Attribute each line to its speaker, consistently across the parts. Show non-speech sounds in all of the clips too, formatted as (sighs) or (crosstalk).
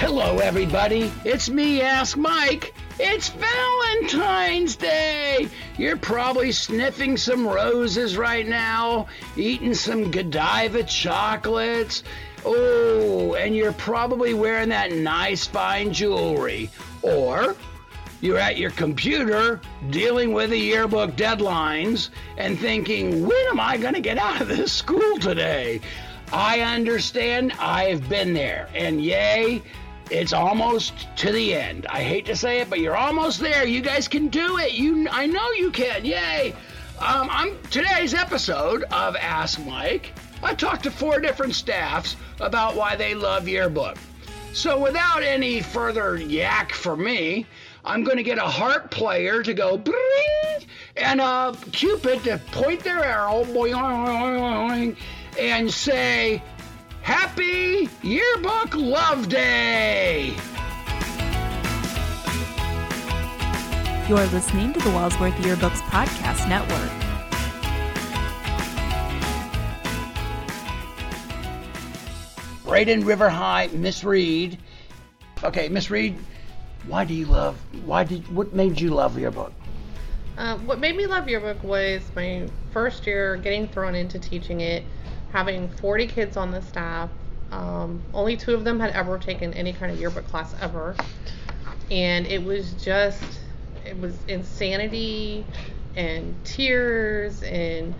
Speaker 1: Hello, everybody. It's me, Ask Mike. It's Valentine's Day. You're probably sniffing some roses right now, eating some Godiva chocolates. Oh, and you're probably wearing that nice fine jewelry. Or you're at your computer dealing with the yearbook deadlines and thinking, when am I going to get out of this (laughs) school today? I understand. I've been there. And yay, it's almost to the end. I hate to say it, but you're almost there. You guys can do it. You, I know you can. Yay. Um, I'm today's episode of Ask Mike. I talked to four different staffs about why they love yearbook. So without any further yak for me, I'm going to get a harp player to go bring and a cupid to point their arrow boing, and say, Happy Yearbook Love Day!
Speaker 2: You're listening to the Wellsworth Yearbooks Podcast Network.
Speaker 1: Braden River High, Miss Reed. Okay, Miss Reed, why do you love? Why did? What made you love your book?
Speaker 3: Um, what made me love yearbook was my first year getting thrown into teaching it, having 40 kids on the staff. Um, only two of them had ever taken any kind of yearbook class ever. And it was just, it was insanity and tears and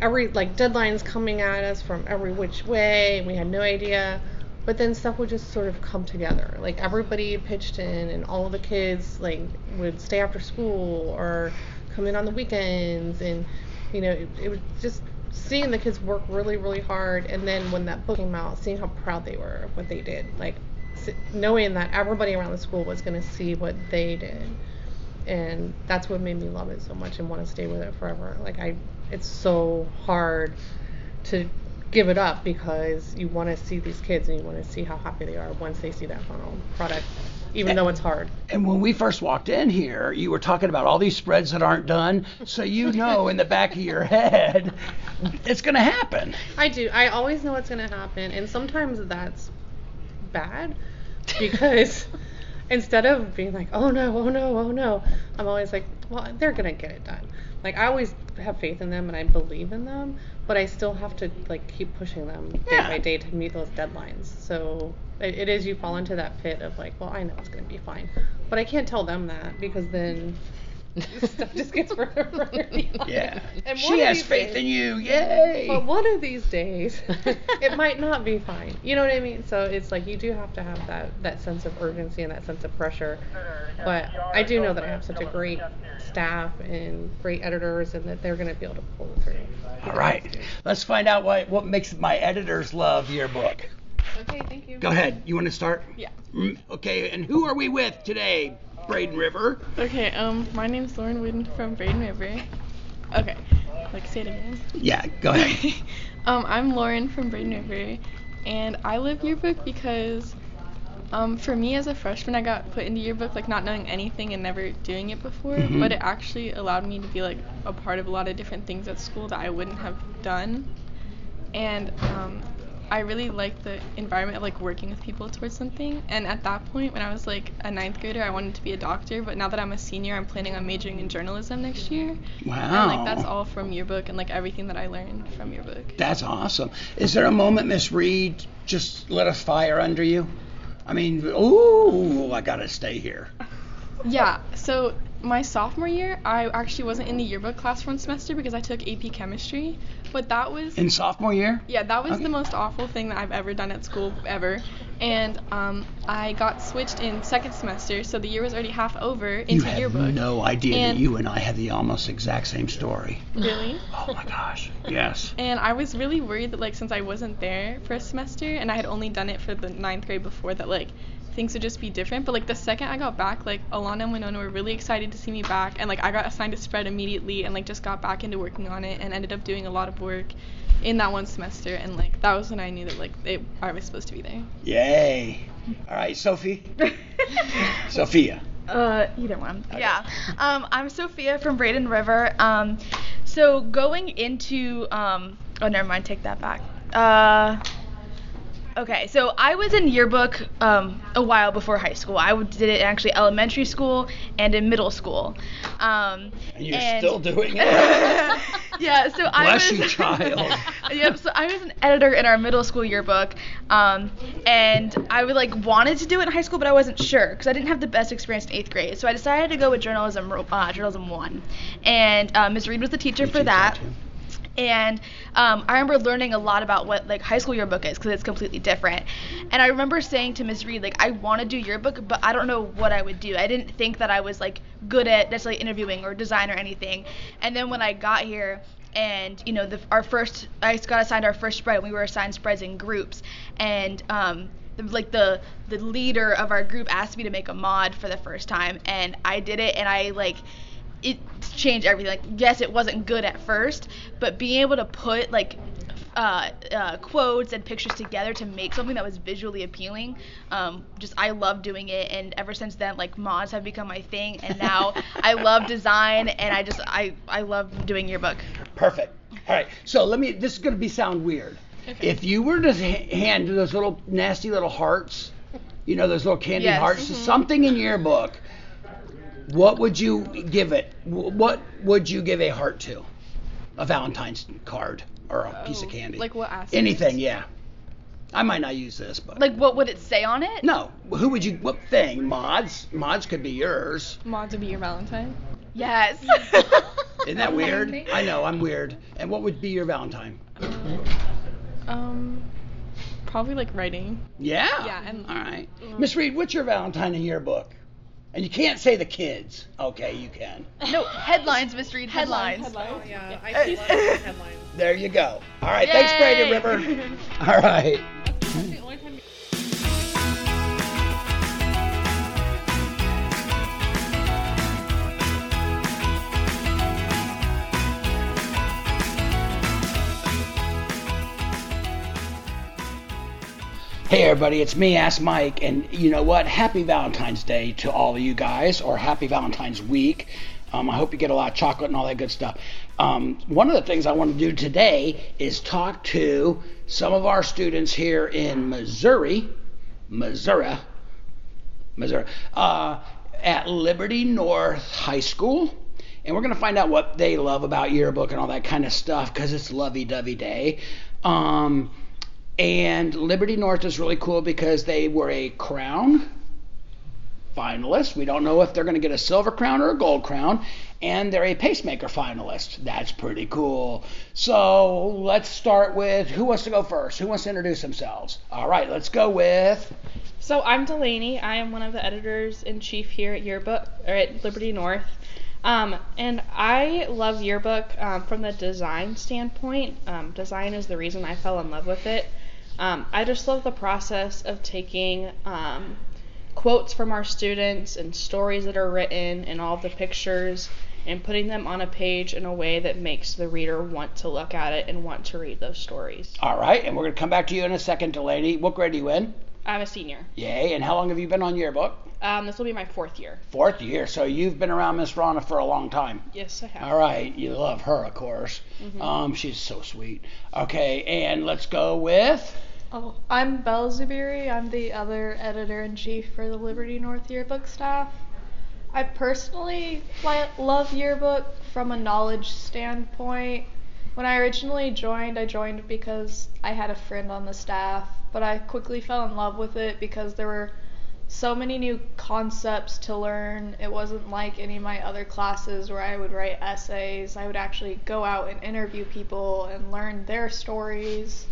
Speaker 3: every, like, deadlines coming at us from every which way. And we had no idea but then stuff would just sort of come together like everybody pitched in and all the kids like would stay after school or come in on the weekends and you know it, it was just seeing the kids work really really hard and then when that book came out seeing how proud they were of what they did like s- knowing that everybody around the school was going to see what they did and that's what made me love it so much and want to stay with it forever like i it's so hard to give it up because you want to see these kids and you want to see how happy they are once they see that final product, even though it's hard.
Speaker 1: And when we first walked in here, you were talking about all these spreads that aren't done, so
Speaker 3: (laughs)
Speaker 1: you know in the back of your head it's going to
Speaker 3: (laughs)
Speaker 1: happen.
Speaker 3: I do. I always know what's going to happen, and sometimes that's bad because instead of being like, oh no, oh no, oh no, I'm always like, well, they're going to get it done. Like I always have faith in them and I believe in them, but I still have to like keep pushing them
Speaker 1: Yeah.
Speaker 3: day by day to meet those deadlines. So it, it is you fall into that pit of like, well, I know it's going to be fine, but I can't tell them that because then stuff just gets further and further. behind.
Speaker 1: Yeah.
Speaker 3: And one
Speaker 1: she
Speaker 3: of
Speaker 1: has
Speaker 3: these
Speaker 1: faith
Speaker 3: days-
Speaker 1: in you. Yay!
Speaker 3: but one of these days, (laughs) it might not be fine. You know what I mean? So it's like you do have to have that that sense of urgency and that sense of pressure. But I do know that I have such a great staff and great editors, and that they're going to be able to pull it through.
Speaker 1: all right, let's find out why, what makes my editors love your book.
Speaker 3: Okay, thank you.
Speaker 1: Go ahead. You want to start?
Speaker 4: Yeah.
Speaker 1: Mm, Okay, and who are we with today, Braden River?
Speaker 4: Okay, um, my name's Lauren Wooden from Braden River. Okay, like say it again.
Speaker 1: Yeah, go ahead.
Speaker 4: (laughs) um, I'm Lauren from Braden River, and I love yearbook because, um, for me as a freshman, I got put into yearbook like not knowing anything and never doing it before,
Speaker 1: Mhm.
Speaker 4: but it actually allowed me to be like a part of a lot of different things at school that I wouldn't have done, and um, I really liked the environment of like working with people towards something. And at that point, when I was like a ninth grader, I wanted to be a doctor, but now that I'm a senior, I'm planning on majoring in journalism next year.
Speaker 1: Wow.
Speaker 4: And like that's all from your book and like everything that I learned from your book.
Speaker 1: That's awesome. Is there a moment, Miss Reed, just let us fire under you? I mean, ooh, I gotta stay here.
Speaker 4: Yeah. So my sophomore year, I actually wasn't in the yearbook class for one semester because I took AP chemistry, but that was
Speaker 1: In sophomore year?
Speaker 4: yeah, that was
Speaker 1: Okay.
Speaker 4: the most awful thing that I've ever done at school ever. And um, I got switched in second semester, so the year was already half over into
Speaker 1: You have
Speaker 4: yearbook.
Speaker 1: no idea
Speaker 4: And-
Speaker 1: that you and I have the almost exact same
Speaker 4: (laughs)
Speaker 1: story.
Speaker 4: Really?
Speaker 1: (sighs) Oh my gosh. Yes.
Speaker 4: And I was really worried that like since I wasn't there for a semester and I had only done it for the ninth grade before that like things would just be different. But like the second I got back, like Alana and Winona were really excited to see me back and like I got assigned a spread immediately and like just got back into working on it and ended up doing a lot of work in that one semester and like that was when I knew that like it, I was supposed to be there.
Speaker 1: Yay. All right,
Speaker 4: (laughs)
Speaker 1: Sophie. Sophia.
Speaker 5: Uh, either one. Yeah. Um, I'm Sophia from Braden River. Um, so going into um, oh, never mind. Take that back. Uh, Okay, so I was in yearbook um, a while before high school. I did it actually elementary school and in middle school. Um,
Speaker 1: And you're still doing
Speaker 4: (laughs)
Speaker 1: it.
Speaker 5: (laughs) yeah, so I
Speaker 1: Bless
Speaker 5: was
Speaker 1: you,
Speaker 5: (laughs)
Speaker 1: child.
Speaker 5: yep. So I was an editor in our middle school yearbook, um, and I would like wanted to do it in high school, but I wasn't sure because I didn't have the best experience in eighth grade. So I decided to go with journalism, uh, journalism one, and uh, Ms. Reed was the teacher for that. And um, I remember learning a lot about what like high school yearbook is because it's completely different. And I remember saying to Ms. Reed like I want to do yearbook, but I don't know what I would do. I didn't think that I was like good at necessarily interviewing or design or anything. And then when I got here, and you know the, our first I got assigned our first spread. We were assigned spreads in groups, and um, the, like the the leader of our group asked me to make a mod for the first time, and I did it, and I like it changed everything. Like, yes, it wasn't good at first, but being able to put like uh, uh, quotes and pictures together to make something that was visually appealing, um, just I love doing it. And ever since then, like mods have become my thing, and now I love design, and I just I I love doing yearbook.
Speaker 1: Perfect. All right. So let me. This is going to be sound weird. If you were to h- hand those little nasty little hearts, you know those little candy
Speaker 5: Yes. Mm-hmm.
Speaker 1: hearts, to something in your book, what would you give it? Wh- What would you give a heart to? A Valentine's card or a piece of
Speaker 4: Oh,
Speaker 1: candy?
Speaker 4: like what aspect?
Speaker 1: Anything? Yeah. I might not use this, but
Speaker 5: Like, what would it say on it?
Speaker 1: no. Who would you? What thing? Mods. Mods could be yours.
Speaker 4: Mods would be your Valentine. (laughs)
Speaker 5: Yes.
Speaker 1: Isn't that
Speaker 5: (laughs)
Speaker 1: weird? I know I'm weird. And what would be your Valentine?
Speaker 4: Um, probably like writing.
Speaker 1: Yeah.
Speaker 4: Yeah, and-
Speaker 1: All right. Miss Reed, what's your Valentine in your book? And you can't say the kids. Okay, you can.
Speaker 5: no headlines, Miss Reed. Headlines.
Speaker 3: Oh yeah, I love the headlines.
Speaker 1: There you go. All right. Thanks, Brady
Speaker 5: Yay. (laughs)
Speaker 1: River. All right.
Speaker 3: That's the only time.
Speaker 1: Hey, everybody, it's me, Ask Mike. And you know what? Happy Valentine's Day to all of you guys, or happy Valentine's week. Um, I hope you get a lot of chocolate and all that good stuff. Um, one of the things I want to do today is talk to some of our students here in Missouri, Missouri, Missouri, uh, at Liberty North High School. And we're going to find out what they love about yearbook and all that kind of stuff because it's lovey dovey day. Um, and Liberty North is really cool because they were a crown finalist. We don't know if they're going to get a silver crown or a gold crown. And they're a pacemaker finalist. That's pretty cool. So let's start with who wants to go first? Who wants to introduce themselves? All right, let's go with.
Speaker 6: So I'm Delaney. I am one of the editors in chief here at Yearbook or at Liberty North, um, and I love Yearbook um, from the design standpoint. Um, design is the reason I fell in love with it. Um, I just love the process of taking um, quotes from our students and stories that are written and all the pictures and putting them on a page in a way that makes the reader want to look at it and want to read those stories.
Speaker 1: All right, and we're going to come back to you in a second, Delaney. What grade are you in?
Speaker 6: I'm a senior.
Speaker 1: Yay, and how long have you been on yearbook?
Speaker 6: Um, this will be my fourth year.
Speaker 1: Fourth year, so you've been around Miss Rana for a long time.
Speaker 6: Yes, I have.
Speaker 1: All right, you love her, of course. Um, she's so sweet. Okay, and let's go with.
Speaker 7: Oh, I'm Belle Zubiri. I'm the other editor in chief for the Liberty North yearbook staff. I personally li- love yearbook from a knowledge standpoint. When I originally joined, I joined because I had a friend on the staff, but I quickly fell in love with it because there were so many new concepts to learn. It wasn't like any of my other classes where I would write essays. I would actually go out and interview people and learn their stories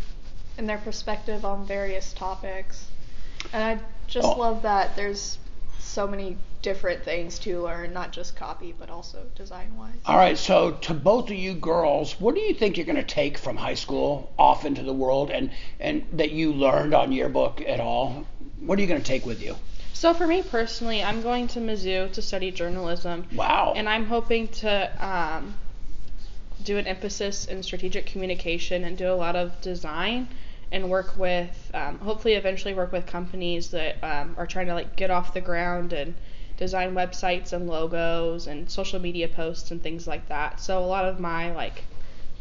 Speaker 7: and their perspective on various topics. And I just
Speaker 1: Oh.
Speaker 7: love that there's so many different things to learn, not just copy, but also design wise.
Speaker 1: All right, so to both of you girls, what do you think you're going to take from high school off into the world, and and that you learned on yearbook at all? What are you going to take with you?
Speaker 6: So for me personally, I'm going to Mizzou to study journalism,
Speaker 1: Wow.
Speaker 6: and I'm hoping to um, do an emphasis in strategic communication and do a lot of design and work with, um, hopefully, eventually work with companies that um, are trying to like get off the ground and design websites and logos and social media posts and things like that. So a lot of my like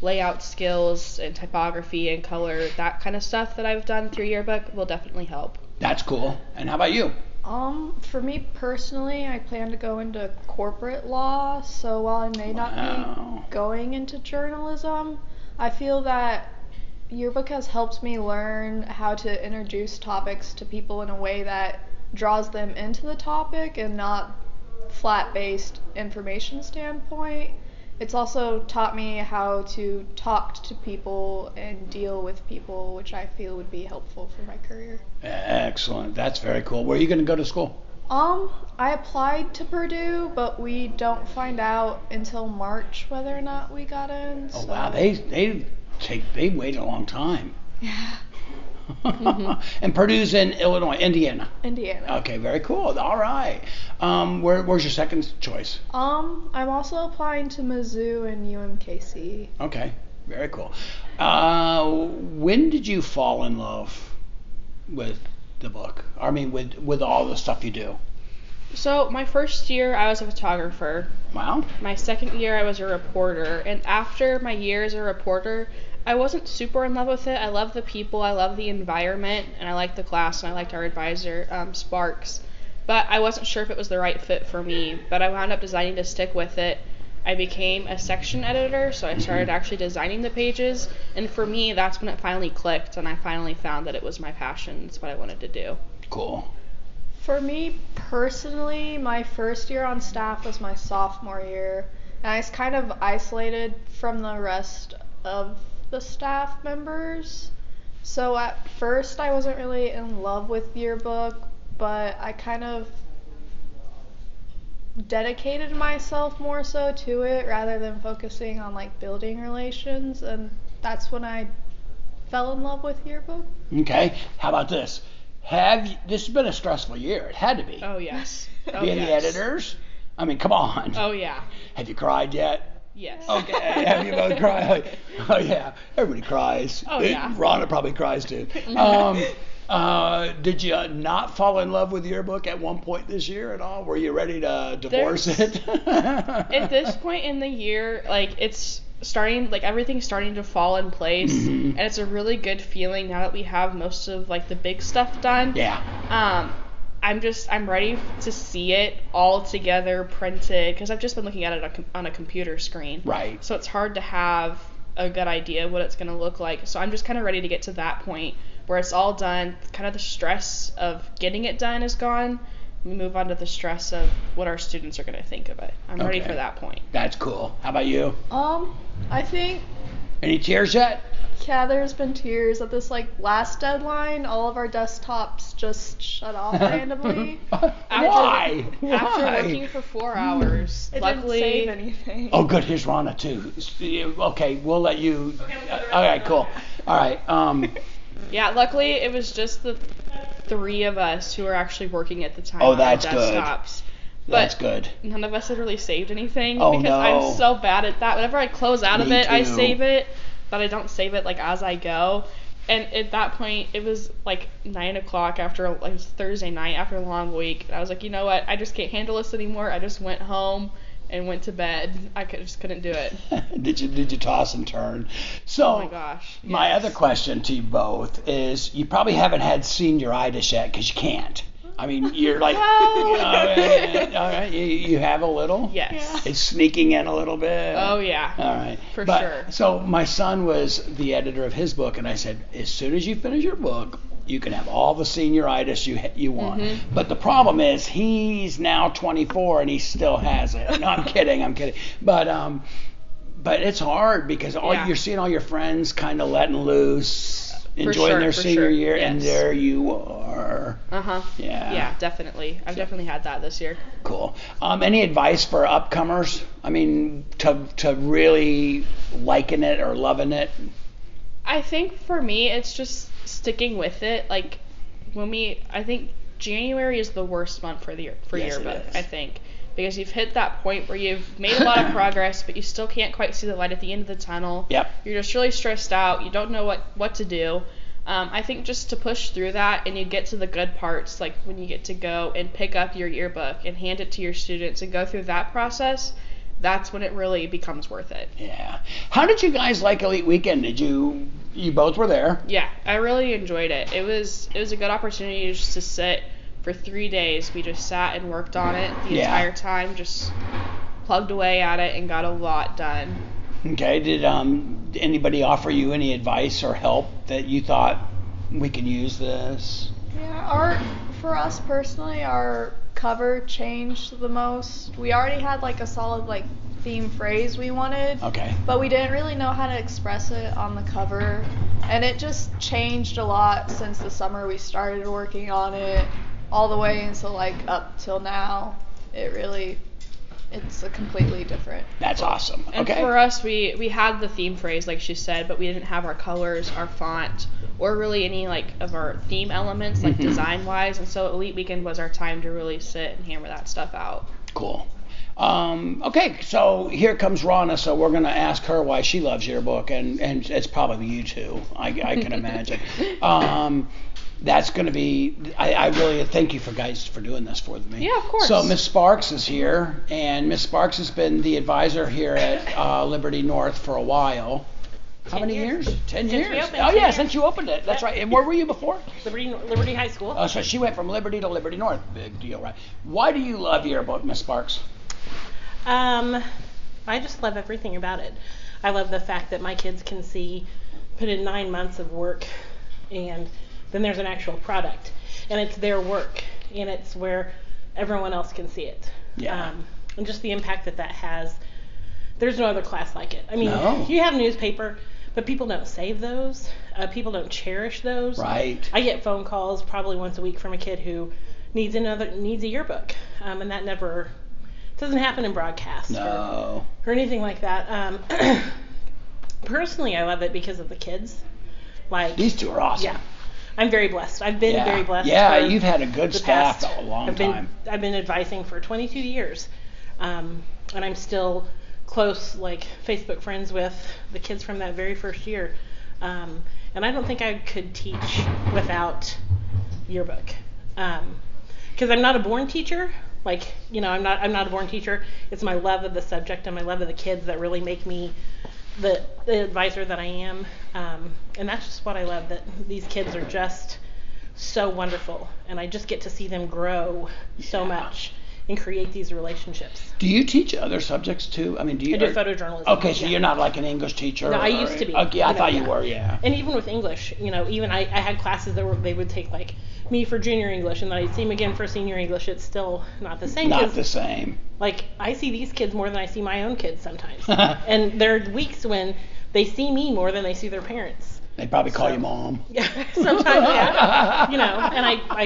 Speaker 6: layout skills and typography and color, that kind of stuff that I've done through yearbook will definitely help.
Speaker 1: That's cool. And how about you?
Speaker 7: Um, for me personally, I plan to go into corporate law, so while I may
Speaker 1: Wow.
Speaker 7: not be going into journalism, I feel that yearbook has helped me learn how to introduce topics to people in a way that draws them into the topic and not flat based information standpoint. It's also taught me how to talk to people and deal with people, which I feel would be helpful for my career.
Speaker 1: Excellent. That's very cool. Where are you going to go to school?
Speaker 7: Um, I applied to Purdue, but we don't find out until March whether or not we got in.
Speaker 1: Oh
Speaker 7: so-
Speaker 1: wow, they they take they wait a long time. Yeah. and Purdue's in Illinois, Indiana.
Speaker 7: (laughs) Indiana.
Speaker 1: Okay, very cool. All right. Um, where, where's your second choice?
Speaker 7: Um, I'm also applying to Mizzou and UMKC.
Speaker 1: Okay, very cool. Uh, when did you fall in love with the book? I mean, with with all the stuff you do.
Speaker 6: So, my first year, I was a photographer.
Speaker 1: Wow.
Speaker 6: My second year, I was a reporter. And after my year as a reporter, I wasn't super in love with it. I love the people, I love the environment, and I liked the class, and I liked our advisor, um, Sparks. But I wasn't sure if it was the right fit for me. But I wound up deciding to stick with it. I became a section editor,
Speaker 1: Mm-hmm.
Speaker 6: so I started actually designing the pages. And for me, that's when it finally clicked, and I finally found that it was my passion. It's what I wanted to do.
Speaker 1: Cool.
Speaker 7: For me personally, my first year on staff was my sophomore year, and I was kind of isolated from the rest of the staff members. So at first, I wasn't really in love with yearbook, but I kind of dedicated myself more so to it rather than focusing on like building relations, and that's when I fell in love with yearbook.
Speaker 1: Okay. How about this? Have you, this has been a stressful year? It had to be. (laughs)
Speaker 6: Oh, yes. Oh,
Speaker 1: Being
Speaker 6: yes.
Speaker 1: the editors. I mean, come on.
Speaker 6: Oh, yeah.
Speaker 1: Have you cried yet?
Speaker 6: (laughs) Yes.
Speaker 1: Okay,
Speaker 6: (laughs)
Speaker 1: have you both cried? Oh yeah, everybody cries.
Speaker 6: Oh, yeah.
Speaker 1: Rhonda probably cries
Speaker 6: (laughs)
Speaker 1: too. Um, uh, did you not fall in love with your book at one point this year at all? Were you ready to divorce
Speaker 6: There's-
Speaker 1: it?
Speaker 6: (laughs) at this point in the year, like it's starting, like everything's starting to fall in place,
Speaker 1: Mm-hmm.
Speaker 6: and it's a really good feeling now that we have most of like the big stuff done.
Speaker 1: yeah,
Speaker 6: Um, I'm just I'm ready to see it all together printed because I've just been looking at it on com- on a computer screen.
Speaker 1: right.
Speaker 6: So it's hard to have a good idea of what it's going to look like. So I'm just kind of ready to get to that point where it's all done. Kind of the stress of getting it done is gone. We move on to the stress of what our students are going to think of it. I'm ready
Speaker 1: Okay.
Speaker 6: for that point.
Speaker 1: That's cool. How about you?
Speaker 7: Um, I think
Speaker 1: Any tears yet?
Speaker 7: Yeah, there's been tears at this like last deadline. All of our desktops just
Speaker 1: (laughs)
Speaker 7: shut off randomly.
Speaker 1: Why?
Speaker 6: After
Speaker 1: Why? Hmm.
Speaker 6: working for four hours, luckily
Speaker 5: anything.
Speaker 1: Oh, good. Here's Rhonda too. Okay, we'll let you. all right, cool. All right.
Speaker 6: (laughs)
Speaker 1: Um,
Speaker 6: Yeah, luckily it was just the three of us who were actually working at the time.
Speaker 1: Oh,
Speaker 6: on our
Speaker 1: that's good.
Speaker 6: desktops. But
Speaker 1: that's good.
Speaker 6: None of us had really saved anything
Speaker 1: Oh,
Speaker 6: because
Speaker 1: no.
Speaker 6: I'm so bad at that. Whenever I close out of
Speaker 1: Me
Speaker 6: it, I
Speaker 1: too.
Speaker 6: save it, but I don't save it like as I go. And at that point, it was like nine o'clock after like, it was Thursday night after a long week. And I was like, you know what? I just can't handle this anymore. I just went home and went to bed. I could, just couldn't
Speaker 1: (laughs)
Speaker 6: do it.
Speaker 1: (laughs) did you did you toss and turn? So
Speaker 6: Oh my gosh.
Speaker 1: My other question to you both is you probably haven't had senioritis yet because you
Speaker 6: (laughs)
Speaker 1: can't. I mean, you're like, eh. all right, all right, you, you have a little.
Speaker 6: Yes.
Speaker 1: It's sneaking in a little bit.
Speaker 6: Oh yeah.
Speaker 1: All right.
Speaker 6: For
Speaker 1: But-
Speaker 6: sure.
Speaker 1: So my son was the editor of his book, and I said, as soon as you finish your book, you can have all the senioritis you ha- you want.
Speaker 6: Mm-hmm.
Speaker 1: But the problem is, he's now 24 and he still has it. No,
Speaker 6: (laughs)
Speaker 1: I'm kidding. I'm kidding. But um, but it's hard because all
Speaker 6: Yeah.
Speaker 1: you're seeing all your friends kind of letting loose, enjoying
Speaker 6: sure,
Speaker 1: their
Speaker 6: for
Speaker 1: senior
Speaker 6: sure.
Speaker 1: year, and
Speaker 6: Yes.
Speaker 1: there you are.
Speaker 6: Uh huh.
Speaker 1: Yeah.
Speaker 6: Yeah, definitely. I've definitely had that this year.
Speaker 1: Cool. Um, any advice for upcomers? I mean, to to really liking it or loving it.
Speaker 6: I think for me, it's just sticking with it. Like when we, I think January is the worst month for the year for
Speaker 1: Yes, it
Speaker 6: yearbook.
Speaker 1: is.
Speaker 6: I think because you've hit that point where you've made a
Speaker 1: (coughs)
Speaker 6: lot of progress, but you still can't quite see the light at the end of the tunnel.
Speaker 1: Yep.
Speaker 6: You're just really stressed out. You don't know what what to do. Um, I think just to push through that and you get to the good parts, like when you get to go and pick up your yearbook and hand it to your students and go through that process, that's when it really becomes worth it.
Speaker 1: Yeah. How did you guys like Elite Weekend? Did you you both were there?
Speaker 6: Yeah, I really enjoyed it. It was it was a good opportunity just to sit for three days. We just sat and worked on it the
Speaker 1: Yeah.
Speaker 6: entire time, just plugged away at it and got a lot done.
Speaker 1: Okay. Did um anybody offer you any advice or help that you thought we could use this?
Speaker 7: Yeah, our for us personally, our cover changed the most. We already had like a solid like theme phrase we wanted,
Speaker 1: Okay.
Speaker 7: but we didn't really know how to express it on the cover, and it just changed a lot since the summer we started working on it, all the way until like up till now. It really, it's a completely different.
Speaker 1: That's awesome.
Speaker 6: And
Speaker 1: okay.
Speaker 6: for us, we we had the theme phrase like she said, but we didn't have our colors, our font, or really any like of our theme elements like
Speaker 1: Mhm.
Speaker 6: design wise. And so Elite Weekend was our time to really sit and hammer that stuff out.
Speaker 1: Cool. Um, okay, so here comes Rana. So we're gonna ask her why she loves your book, and and it's probably you two. I, I can imagine. um, that's gonna be. I, I really thank you for guys for doing this for me.
Speaker 6: Yeah, of course.
Speaker 1: So Miss Sparks is here, and Miss Sparks has been the advisor here at uh, Liberty North for a while. How many years? Ten years.
Speaker 8: opened,
Speaker 1: oh
Speaker 8: 10
Speaker 1: yeah,
Speaker 8: years.
Speaker 1: since you opened it. That's right. And where were you before?
Speaker 8: Liberty, Liberty High School.
Speaker 1: Uh, so she went from Liberty to Liberty North. Big deal, right? Why do you love your book, Miss Sparks?
Speaker 8: Um, I just love everything about it. I love the fact that my kids can see, put in nine months of work, and then there's an actual product, and it's their work, and it's where everyone else can see it.
Speaker 1: Yeah.
Speaker 8: Um, and just the impact that that has. There's no other class like it. I mean,
Speaker 1: No.
Speaker 8: you have newspaper, but people don't save those. Uh, people don't cherish those.
Speaker 1: Right.
Speaker 8: I get phone calls probably once a week from a kid who needs another needs a yearbook, um, and that never doesn't happen in broadcast or,
Speaker 1: No.
Speaker 8: or anything like that. Um, (clears throat) personally, I love it because of the kids. Like,
Speaker 1: These two are awesome.
Speaker 8: yeah, I'm very blessed. I've been
Speaker 1: Yeah.
Speaker 8: very blessed.
Speaker 1: Yeah,
Speaker 8: for
Speaker 1: you've had a good
Speaker 8: the
Speaker 1: staff
Speaker 8: past-
Speaker 1: a long
Speaker 8: I've been,
Speaker 1: time.
Speaker 8: I've been advising for 22 years, um, and I'm still close, like Facebook friends with the kids from that very first year. Um, and I don't think I could teach without yearbook, because I'm not a born teacher. Like you know, I'm not I'm not a born teacher. It's my love of the subject and my love of the kids that really make me the, the advisor that I am. Um, and that's just what I love. That these kids are just so wonderful and i just get to see them grow so much and create these relationships
Speaker 1: Do you teach other subjects too? I mean, do you?
Speaker 8: i do
Speaker 1: are-
Speaker 8: photojournalism
Speaker 1: Okay, so
Speaker 8: yeah.
Speaker 1: you're not like an English teacher.
Speaker 8: No, I
Speaker 1: or-
Speaker 8: used to be,
Speaker 1: Okay, I
Speaker 8: you know,
Speaker 1: thought you
Speaker 8: yeah.
Speaker 1: were. Yeah.
Speaker 8: and even with english you know even i, I had classes that were they would take like me for junior english and then i'd see them again for senior english it's still not the same
Speaker 1: Not
Speaker 8: 'cause,
Speaker 1: the same.
Speaker 8: like i see these kids more than i see my own kids
Speaker 1: (laughs)
Speaker 8: sometimes and there are weeks when they see me more than they see their parents
Speaker 1: They probably call
Speaker 8: So-
Speaker 1: you mom.
Speaker 8: Yeah, sometimes
Speaker 1: (laughs)
Speaker 8: yeah. you know, and I, I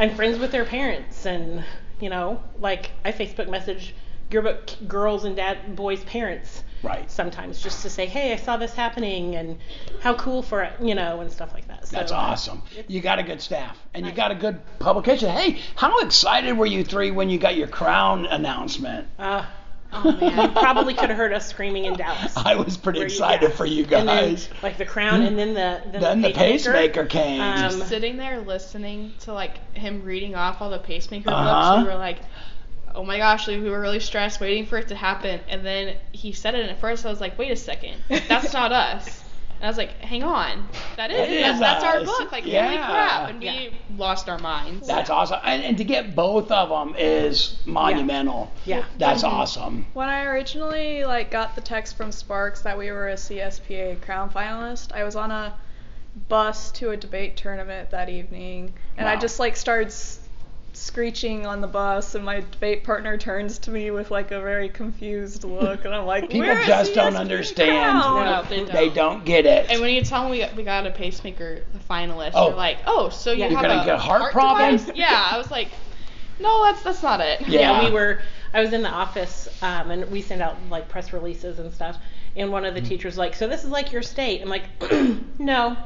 Speaker 8: I'm friends with their parents and you know, like I Facebook message yearbook girls and dad boys parents
Speaker 1: Right.
Speaker 8: sometimes just to say, Hey, I saw this happening and how cool for it you know, and stuff like that. So
Speaker 1: That's awesome. You got a good staff and you got a good publication. Hey, how excited were you three when you got your crown announcement? (laughs)
Speaker 8: uh, oh man. you probably could have heard us screaming in Dallas.
Speaker 1: I was pretty
Speaker 8: Were you-
Speaker 1: excited
Speaker 8: yeah.
Speaker 1: for (laughs) you
Speaker 8: And then,
Speaker 1: guys.
Speaker 8: like the crown, and then the then,
Speaker 1: Then the pacemaker came.
Speaker 8: Um,
Speaker 5: Sitting there listening to like him reading off all the pacemaker
Speaker 1: Uh-huh.
Speaker 5: books, we were like, "Oh my gosh!" Like, we were really stressed, waiting for it to happen. And then he said it, and at first I was like, "Wait a second, that's
Speaker 1: (laughs)
Speaker 5: not us." And I was like, "Hang on, that is,
Speaker 1: That is
Speaker 5: that's, that's our
Speaker 1: us.
Speaker 5: book." Like, holy
Speaker 1: Yeah.
Speaker 5: crap! And we lost our minds.
Speaker 1: That's awesome. And, and to get both of them is monumental.
Speaker 8: Yeah. Mm-hmm.
Speaker 1: That's awesome.
Speaker 7: When I originally like got the text from Sparks that we were a CSPA crown finalist, I was on a bus to a debate tournament that evening, and I
Speaker 1: Wow.
Speaker 7: just like started s- screeching on the bus, and my debate partner turns to me with like a very confused look, and I'm like,
Speaker 1: People
Speaker 7: "We're a
Speaker 1: just don't
Speaker 7: (laughs) CSPA
Speaker 1: understand.
Speaker 7: crown!"
Speaker 5: No, they don't.
Speaker 1: They don't get it.
Speaker 5: And when you tell him we got, we got a pacemaker, the finalist,
Speaker 1: Oh.
Speaker 5: you're like, "Oh, so you
Speaker 8: Yeah.
Speaker 1: You're
Speaker 5: have
Speaker 1: gonna
Speaker 5: a
Speaker 1: get a heart problem?"
Speaker 5: problems? yeah, I was like, "No, that's that's
Speaker 8: (laughs)
Speaker 5: not it."
Speaker 8: yeah.
Speaker 1: Yeah.
Speaker 8: we were i was in the office um, and we send out like press releases and stuff and one
Speaker 1: Mm-hmm.
Speaker 8: of the teachers like so this is like your state i'm like (clears throat) no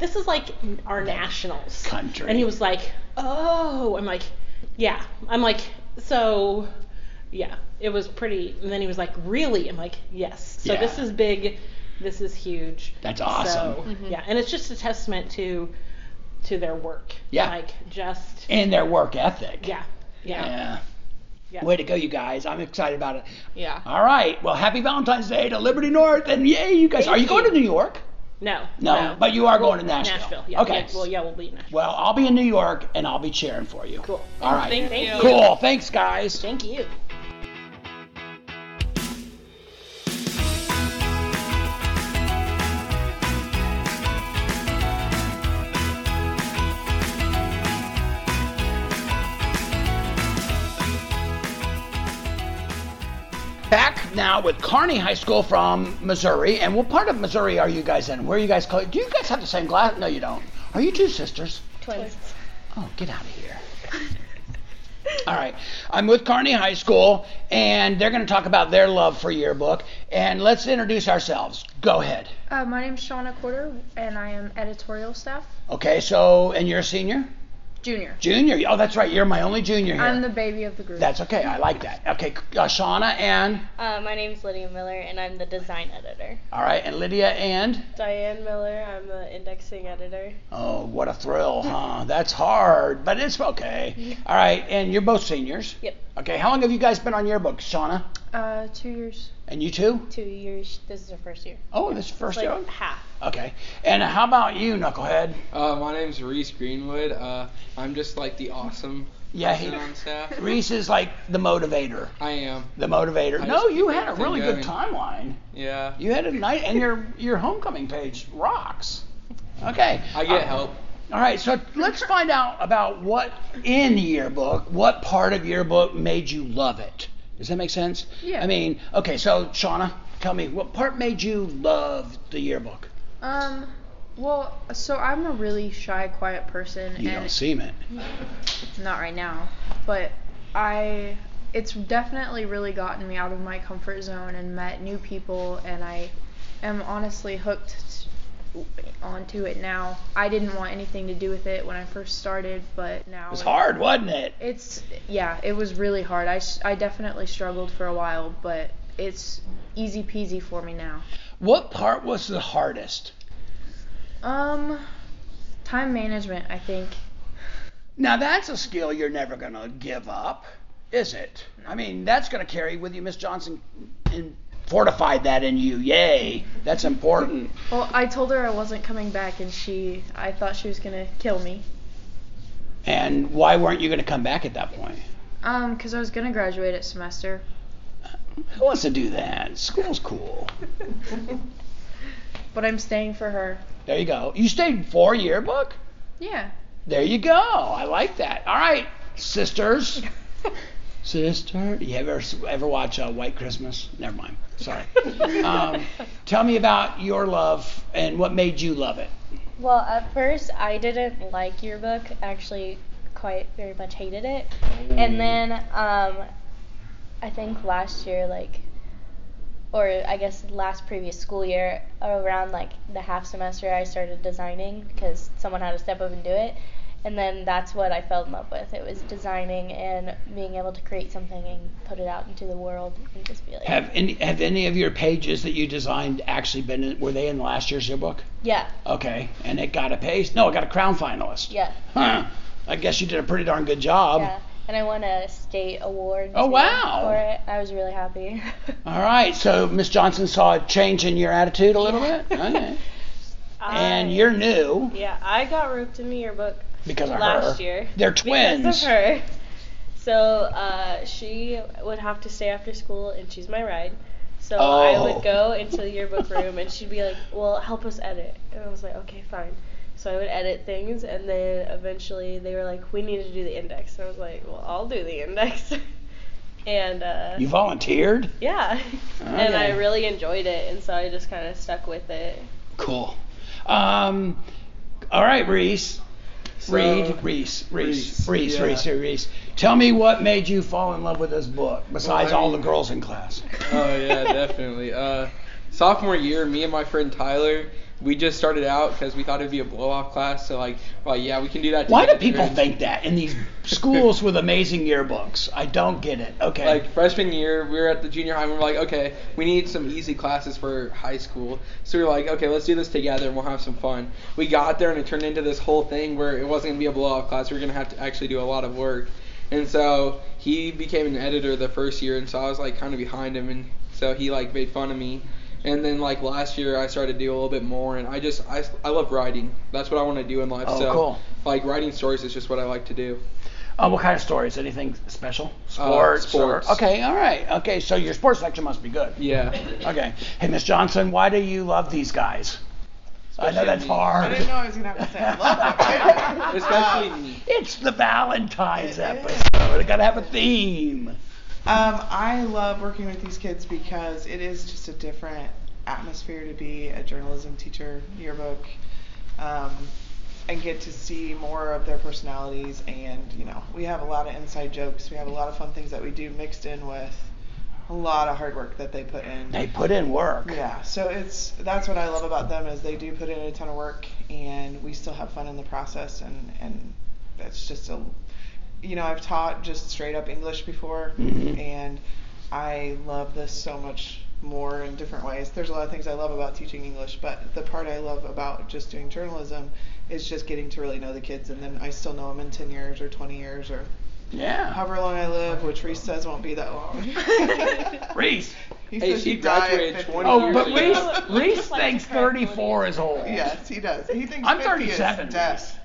Speaker 8: this is like our nationals
Speaker 1: country.
Speaker 8: and he was like oh i'm like yeah i'm like so yeah it was pretty and then he was like really i'm like yes so
Speaker 1: Yeah.
Speaker 8: this is big this is huge
Speaker 1: That's
Speaker 8: So,
Speaker 1: awesome.
Speaker 8: yeah and it's just a testament to to their work
Speaker 1: Yeah.
Speaker 8: like just
Speaker 1: and their work ethic.
Speaker 8: yeah yeah,
Speaker 1: Yeah.
Speaker 8: Yeah.
Speaker 1: Way to go, you guys. I'm excited about it.
Speaker 8: Yeah.
Speaker 1: All right. Well, happy Valentine's Day to Liberty North. And yay, you guys.
Speaker 8: Thank
Speaker 1: Are you
Speaker 8: you.
Speaker 1: going to New York?
Speaker 8: No.
Speaker 1: No, but you are going to
Speaker 8: Well,
Speaker 1: Nashville.
Speaker 8: yeah,
Speaker 1: Okay.
Speaker 8: yeah, well, yeah, we'll be in Nashville.
Speaker 1: Well, I'll be in New York and I'll be cheering for you.
Speaker 8: Cool.
Speaker 1: All right.
Speaker 8: Thank, you.
Speaker 1: Cool. Thanks, guys.
Speaker 8: Thank you.
Speaker 1: Back now with Kearney High School from Missouri. And what part of Missouri are you guys in? Where are you guys? clo- Do you guys have the same glass? No, you don't. Are you two sisters?
Speaker 5: Twins.
Speaker 1: Oh, get out of here. (laughs) All right. I'm with Kearney High School, and they're going to talk about their love for yearbook. And let's introduce ourselves. Go ahead.
Speaker 9: Uh, my name's Shauna Quarter, and I am editorial staff.
Speaker 1: Okay, so, and you're a senior?
Speaker 9: Junior.
Speaker 1: Junior. Oh, that's right. You're my only junior here.
Speaker 9: I'm the baby of the group.
Speaker 1: that's okay. I like that. Okay, uh, Shauna and,
Speaker 10: Uh, my name's Lydia Miller, and I'm the design editor.
Speaker 1: all right, and Lydia and,
Speaker 10: Diane Miller, I'm the indexing editor.
Speaker 1: oh, what a thrill, huh? That's hard, but it's okay. All right, and you're both seniors?
Speaker 10: Yep.
Speaker 1: Okay, how long have you guys been on yearbook, Shauna?
Speaker 9: Uh, two years.
Speaker 1: And you two?
Speaker 10: Two years. This is her first year.
Speaker 1: Oh, this is first
Speaker 10: Like
Speaker 1: year?
Speaker 10: half.
Speaker 1: Okay. And how about you, Knucklehead?
Speaker 11: Uh, my name's Reese Greenwood. Uh, I'm just like the awesome
Speaker 1: Yeah, he,
Speaker 11: person on staff.
Speaker 1: Reese is like the motivator.
Speaker 11: I am.
Speaker 1: The motivator.
Speaker 11: I
Speaker 1: No,
Speaker 11: just
Speaker 1: you
Speaker 11: keep
Speaker 1: had a
Speaker 11: everything
Speaker 1: really good
Speaker 11: going.
Speaker 1: timeline.
Speaker 11: Yeah.
Speaker 1: You had a night, and your your homecoming page rocks. Okay.
Speaker 11: I get
Speaker 1: Uh,
Speaker 11: help.
Speaker 1: All right, so let's find out about what in yearbook, what part of yearbook made you love it. Does that make sense?
Speaker 9: Yeah.
Speaker 1: I mean, okay, so Shauna, tell me what part made you love the yearbook?
Speaker 9: Um, well, so I'm a really shy, quiet person,
Speaker 1: You
Speaker 9: and
Speaker 1: don't seem it.
Speaker 9: not right now, but I. It's definitely really gotten me out of my comfort zone and met new people, and I am honestly hooked t- onto it now. I didn't want anything to do with it when I first started, but now
Speaker 1: It was hard, wasn't it?
Speaker 9: It's yeah, it was really hard. I, s- I definitely struggled for a while, but it's easy peasy for me now.
Speaker 1: What part was the hardest?
Speaker 9: Um, time management, I think.
Speaker 1: Now that's a skill you're never going to give up, is it? I mean, that's going to carry with you. Miss Johnson and fortified that in you. Yay, that's important.
Speaker 9: Well, I told her I wasn't coming back, and she I thought she was gonna kill me.
Speaker 1: And why weren't you going to come back at that point?
Speaker 9: Um, 'cause I was gonna graduate at semester. (laughs)
Speaker 1: Who wants to do that? School's cool.
Speaker 9: But I'm staying for her.
Speaker 1: There you go. You stayed four yearbook.
Speaker 9: Yeah.
Speaker 1: There you go. I like that. All right, sisters. Sister, you ever ever watch uh, White Christmas? Never mind. Sorry. um, tell me about your love and what made you love it.
Speaker 10: Well, at first, I didn't like your book. Actually, quite very much hated it.
Speaker 1: Mm.
Speaker 10: And then, um, I think last year, like, or I guess last previous school year, around like the half semester, I started designing because someone had to step up and do it. And then that's what I fell in love with. It was designing and being able to create something and put it out into the world and just be like,
Speaker 1: Have any have any of your pages that you designed actually been in, were they in last year's yearbook?
Speaker 10: yeah,
Speaker 1: Okay, and it got a pace. No, it got a crown finalist.
Speaker 10: yeah,
Speaker 1: Huh. I guess you did a pretty darn good job.
Speaker 10: yeah. And I won a state award.
Speaker 1: Um, Oh,
Speaker 10: too
Speaker 1: wow.
Speaker 10: For it, I was really happy. (laughs)
Speaker 1: All right, so Miss Johnson saw a change in your attitude a little bit,
Speaker 10: (laughs)
Speaker 1: okay. and you're new
Speaker 10: Yeah, I got roped into your book
Speaker 1: because of
Speaker 10: last
Speaker 1: her.
Speaker 10: year
Speaker 1: They're
Speaker 10: because
Speaker 1: twins.
Speaker 10: of her. So uh, she would have to stay after school, and she's my ride. So I
Speaker 1: Oh.
Speaker 10: would go into the yearbook room, and she'd be like, "Well, help us edit." And I was like, "Okay, fine." So I would edit things, and then eventually they were like, "We need to do the index." And I was like, "Well, I'll do the index." (laughs) and uh,
Speaker 1: You volunteered? (laughs)
Speaker 12: (laughs)
Speaker 10: yeah, and I
Speaker 1: Okay.
Speaker 10: really enjoyed it, and so I just kind of stuck with it.
Speaker 1: Cool. Um, all right, Reese.
Speaker 11: So,
Speaker 1: Reed, Reese, Reese,
Speaker 11: Reese,
Speaker 1: Reese,
Speaker 11: yeah.
Speaker 1: Reese, Reese. Tell me what made you fall in love with this book besides
Speaker 11: Well, I
Speaker 1: all the
Speaker 11: mean-
Speaker 1: girls in class.
Speaker 11: Oh yeah, definitely. Uh, sophomore year, me and my friend Tyler, we just started out because we thought it'd be a blow off class. So like, well, yeah, we can do that.
Speaker 1: Why do
Speaker 11: together.
Speaker 1: people think that in these schools with amazing yearbooks? I don't get it. Okay.
Speaker 11: Like freshman year, we were at the junior high and we were like, okay, we need some easy classes for high school. So we were like, okay, let's do this together and we'll have some fun. We got there and it turned into this whole thing where it wasn't gonna be a blow off class. We were gonna have to actually do a lot of work. And so he became an editor the first year, and so I was like kind of behind him, and so he like made fun of me. And then like last year, I started to do a little bit more, and I just I, I love writing. That's what I want to do in life.
Speaker 1: Oh,
Speaker 11: so
Speaker 1: cool.
Speaker 11: like writing stories is just what I like to do.
Speaker 1: Oh, what kind of stories? Anything special? (laughs) Sports. or-
Speaker 11: Uh, sports.
Speaker 1: okay, all right. Okay, so your sports section must be good.
Speaker 11: Yeah.
Speaker 1: Okay. Hey, Miss Johnson, why do you love these guys? I know that's
Speaker 13: I didn't
Speaker 1: hard.
Speaker 13: know I was gonna have to say I
Speaker 1: (laughs)
Speaker 13: love
Speaker 11: (laughs)
Speaker 13: that.
Speaker 11: Especially me.
Speaker 1: It's the Valentine's episode. I gotta have a theme.
Speaker 13: Um, I love working with these kids because it is just a different atmosphere to be a journalism teacher yearbook, um, and get to see more of their personalities. And you know, we have a lot of inside jokes. We have a lot of fun things that we do mixed in with a lot of hard work that they put in.
Speaker 1: They put in work.
Speaker 13: Yeah, so it's that's what I love about them is they do put in a ton of work and we still have fun in the process and and that's just a you know, I've taught just straight up English before
Speaker 1: Mhm.
Speaker 13: and I love this so much more in different ways. There's a lot of things I love about teaching English, but the part I love about just doing journalism is just getting to really know the kids and then I still know them in 10 years or 20 years or
Speaker 1: Yeah.
Speaker 13: however long I live, which Reese says won't be that long.
Speaker 1: (laughs) Reese.
Speaker 13: (laughs) He
Speaker 11: Hey,
Speaker 13: says
Speaker 11: she
Speaker 13: you die at
Speaker 11: graduated
Speaker 13: 50.
Speaker 11: 20
Speaker 1: Oh,
Speaker 11: years
Speaker 1: but
Speaker 11: ago. (laughs)
Speaker 1: Reese, Reese thinks 34 is old.
Speaker 13: Yes, he does. He thinks
Speaker 1: I'm
Speaker 13: 50 is
Speaker 1: 37.
Speaker 13: death.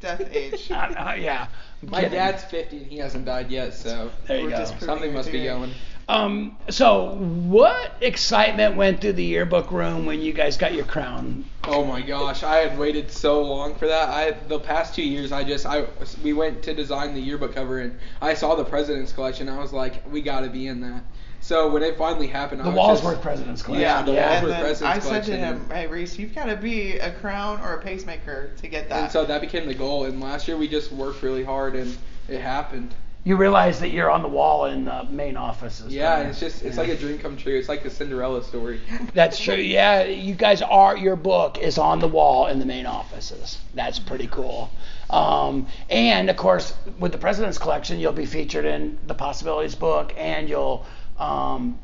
Speaker 13: Death age.
Speaker 1: Uh, uh, yeah.
Speaker 11: My
Speaker 1: Kidding.
Speaker 11: dad's 50 and he hasn't died yet, so
Speaker 1: There you go.
Speaker 11: something must be going.
Speaker 1: Um, so, what excitement went through the yearbook room when you guys got your crown?
Speaker 11: Oh my gosh, I had waited so long for that. I the past two years, I just I we went to design the yearbook cover and I saw the president's collection. I was like, we got to be in that. So when it finally happened,
Speaker 1: The
Speaker 11: I was
Speaker 1: Walsworth
Speaker 11: just,
Speaker 1: President's Collection.
Speaker 11: Yeah, the
Speaker 1: Yeah.
Speaker 11: Walsworth
Speaker 13: And then
Speaker 11: President's
Speaker 13: I said
Speaker 11: Collection.
Speaker 13: to him, "Hey Reese, you've got to be a crown or a pacemaker to get that."
Speaker 11: and so that became the goal. And last year we just worked really hard and it happened.
Speaker 1: You realize that you're on the wall in the main offices.
Speaker 11: Yeah, and it's just it's like a dream come true. It's like the Cinderella story. (laughs)
Speaker 1: That's true. Yeah, you guys are. Your book is on the wall in the main offices. That's pretty cool. Um, and of course, with the president's collection, you'll be featured in the Possibilities book, and you'll um,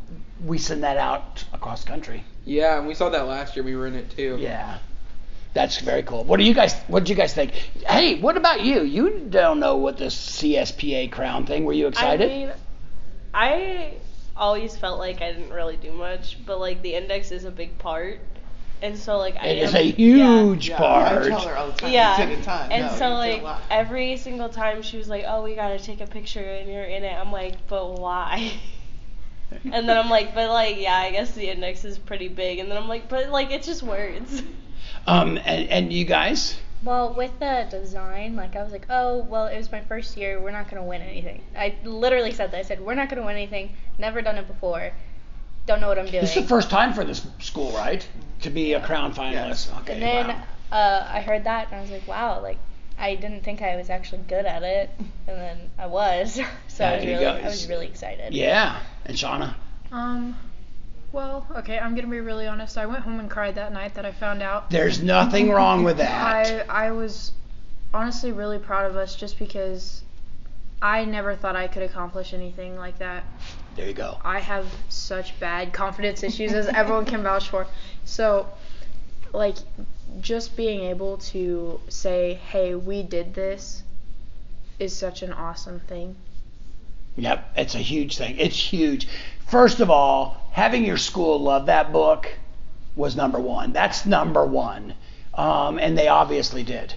Speaker 1: we send that out across the country.
Speaker 11: Yeah, and we saw that last year. We were in it too.
Speaker 1: Yeah. That's very cool. What do you guys? What do you guys think? Hey, what about you? You don't know what this CSPA crown thing. Were you excited?
Speaker 12: I mean, I always felt like I didn't really do much, but like the index is a big part, and so like I
Speaker 1: it is
Speaker 12: am-
Speaker 1: a huge
Speaker 13: Yeah,
Speaker 1: part.
Speaker 13: I tell her all the time.
Speaker 12: Yeah,
Speaker 13: You did a ton.
Speaker 12: and
Speaker 13: No,
Speaker 12: so
Speaker 13: you did
Speaker 12: like
Speaker 13: a lot.
Speaker 12: every single time she was like, "Oh, we gotta take a picture," and you're in it. I'm like, "But why?" (laughs) and then I'm like, "But like, yeah, I guess the index is pretty big." And then I'm like, "But like, it's just words."
Speaker 1: Um, and, and you guys?
Speaker 10: Well, with the design, like I was like, oh, well, it was my first year. We're not gonna win anything. I literally said that. I said we're not gonna win anything. Never done it before. Don't know what I'm doing.
Speaker 1: This is the first time for this school, right? To be a crown finalist. Okay.
Speaker 10: and then
Speaker 1: wow.
Speaker 10: uh, I heard that and I was like, wow, like I didn't think I was actually good at it, and then I was. (laughs) so I
Speaker 1: There
Speaker 10: was,
Speaker 1: you
Speaker 10: really,
Speaker 1: go.
Speaker 10: I was really excited.
Speaker 1: Yeah. And Shauna.
Speaker 9: Um, well, okay, I'm gonna be really honest. I went home and cried that night that I found out.
Speaker 1: There's nothing wrong with that.
Speaker 9: (laughs) I I was honestly really proud of us just because I never thought I could accomplish anything like that.
Speaker 1: There you go.
Speaker 9: I have such bad confidence issues as everyone can vouch for. So like just being able to say, "Hey, we did this." is such an awesome thing.
Speaker 1: Yep, it's a huge thing. It's huge. First of all, having your school love that book was number one. That's number one, um, and they obviously did.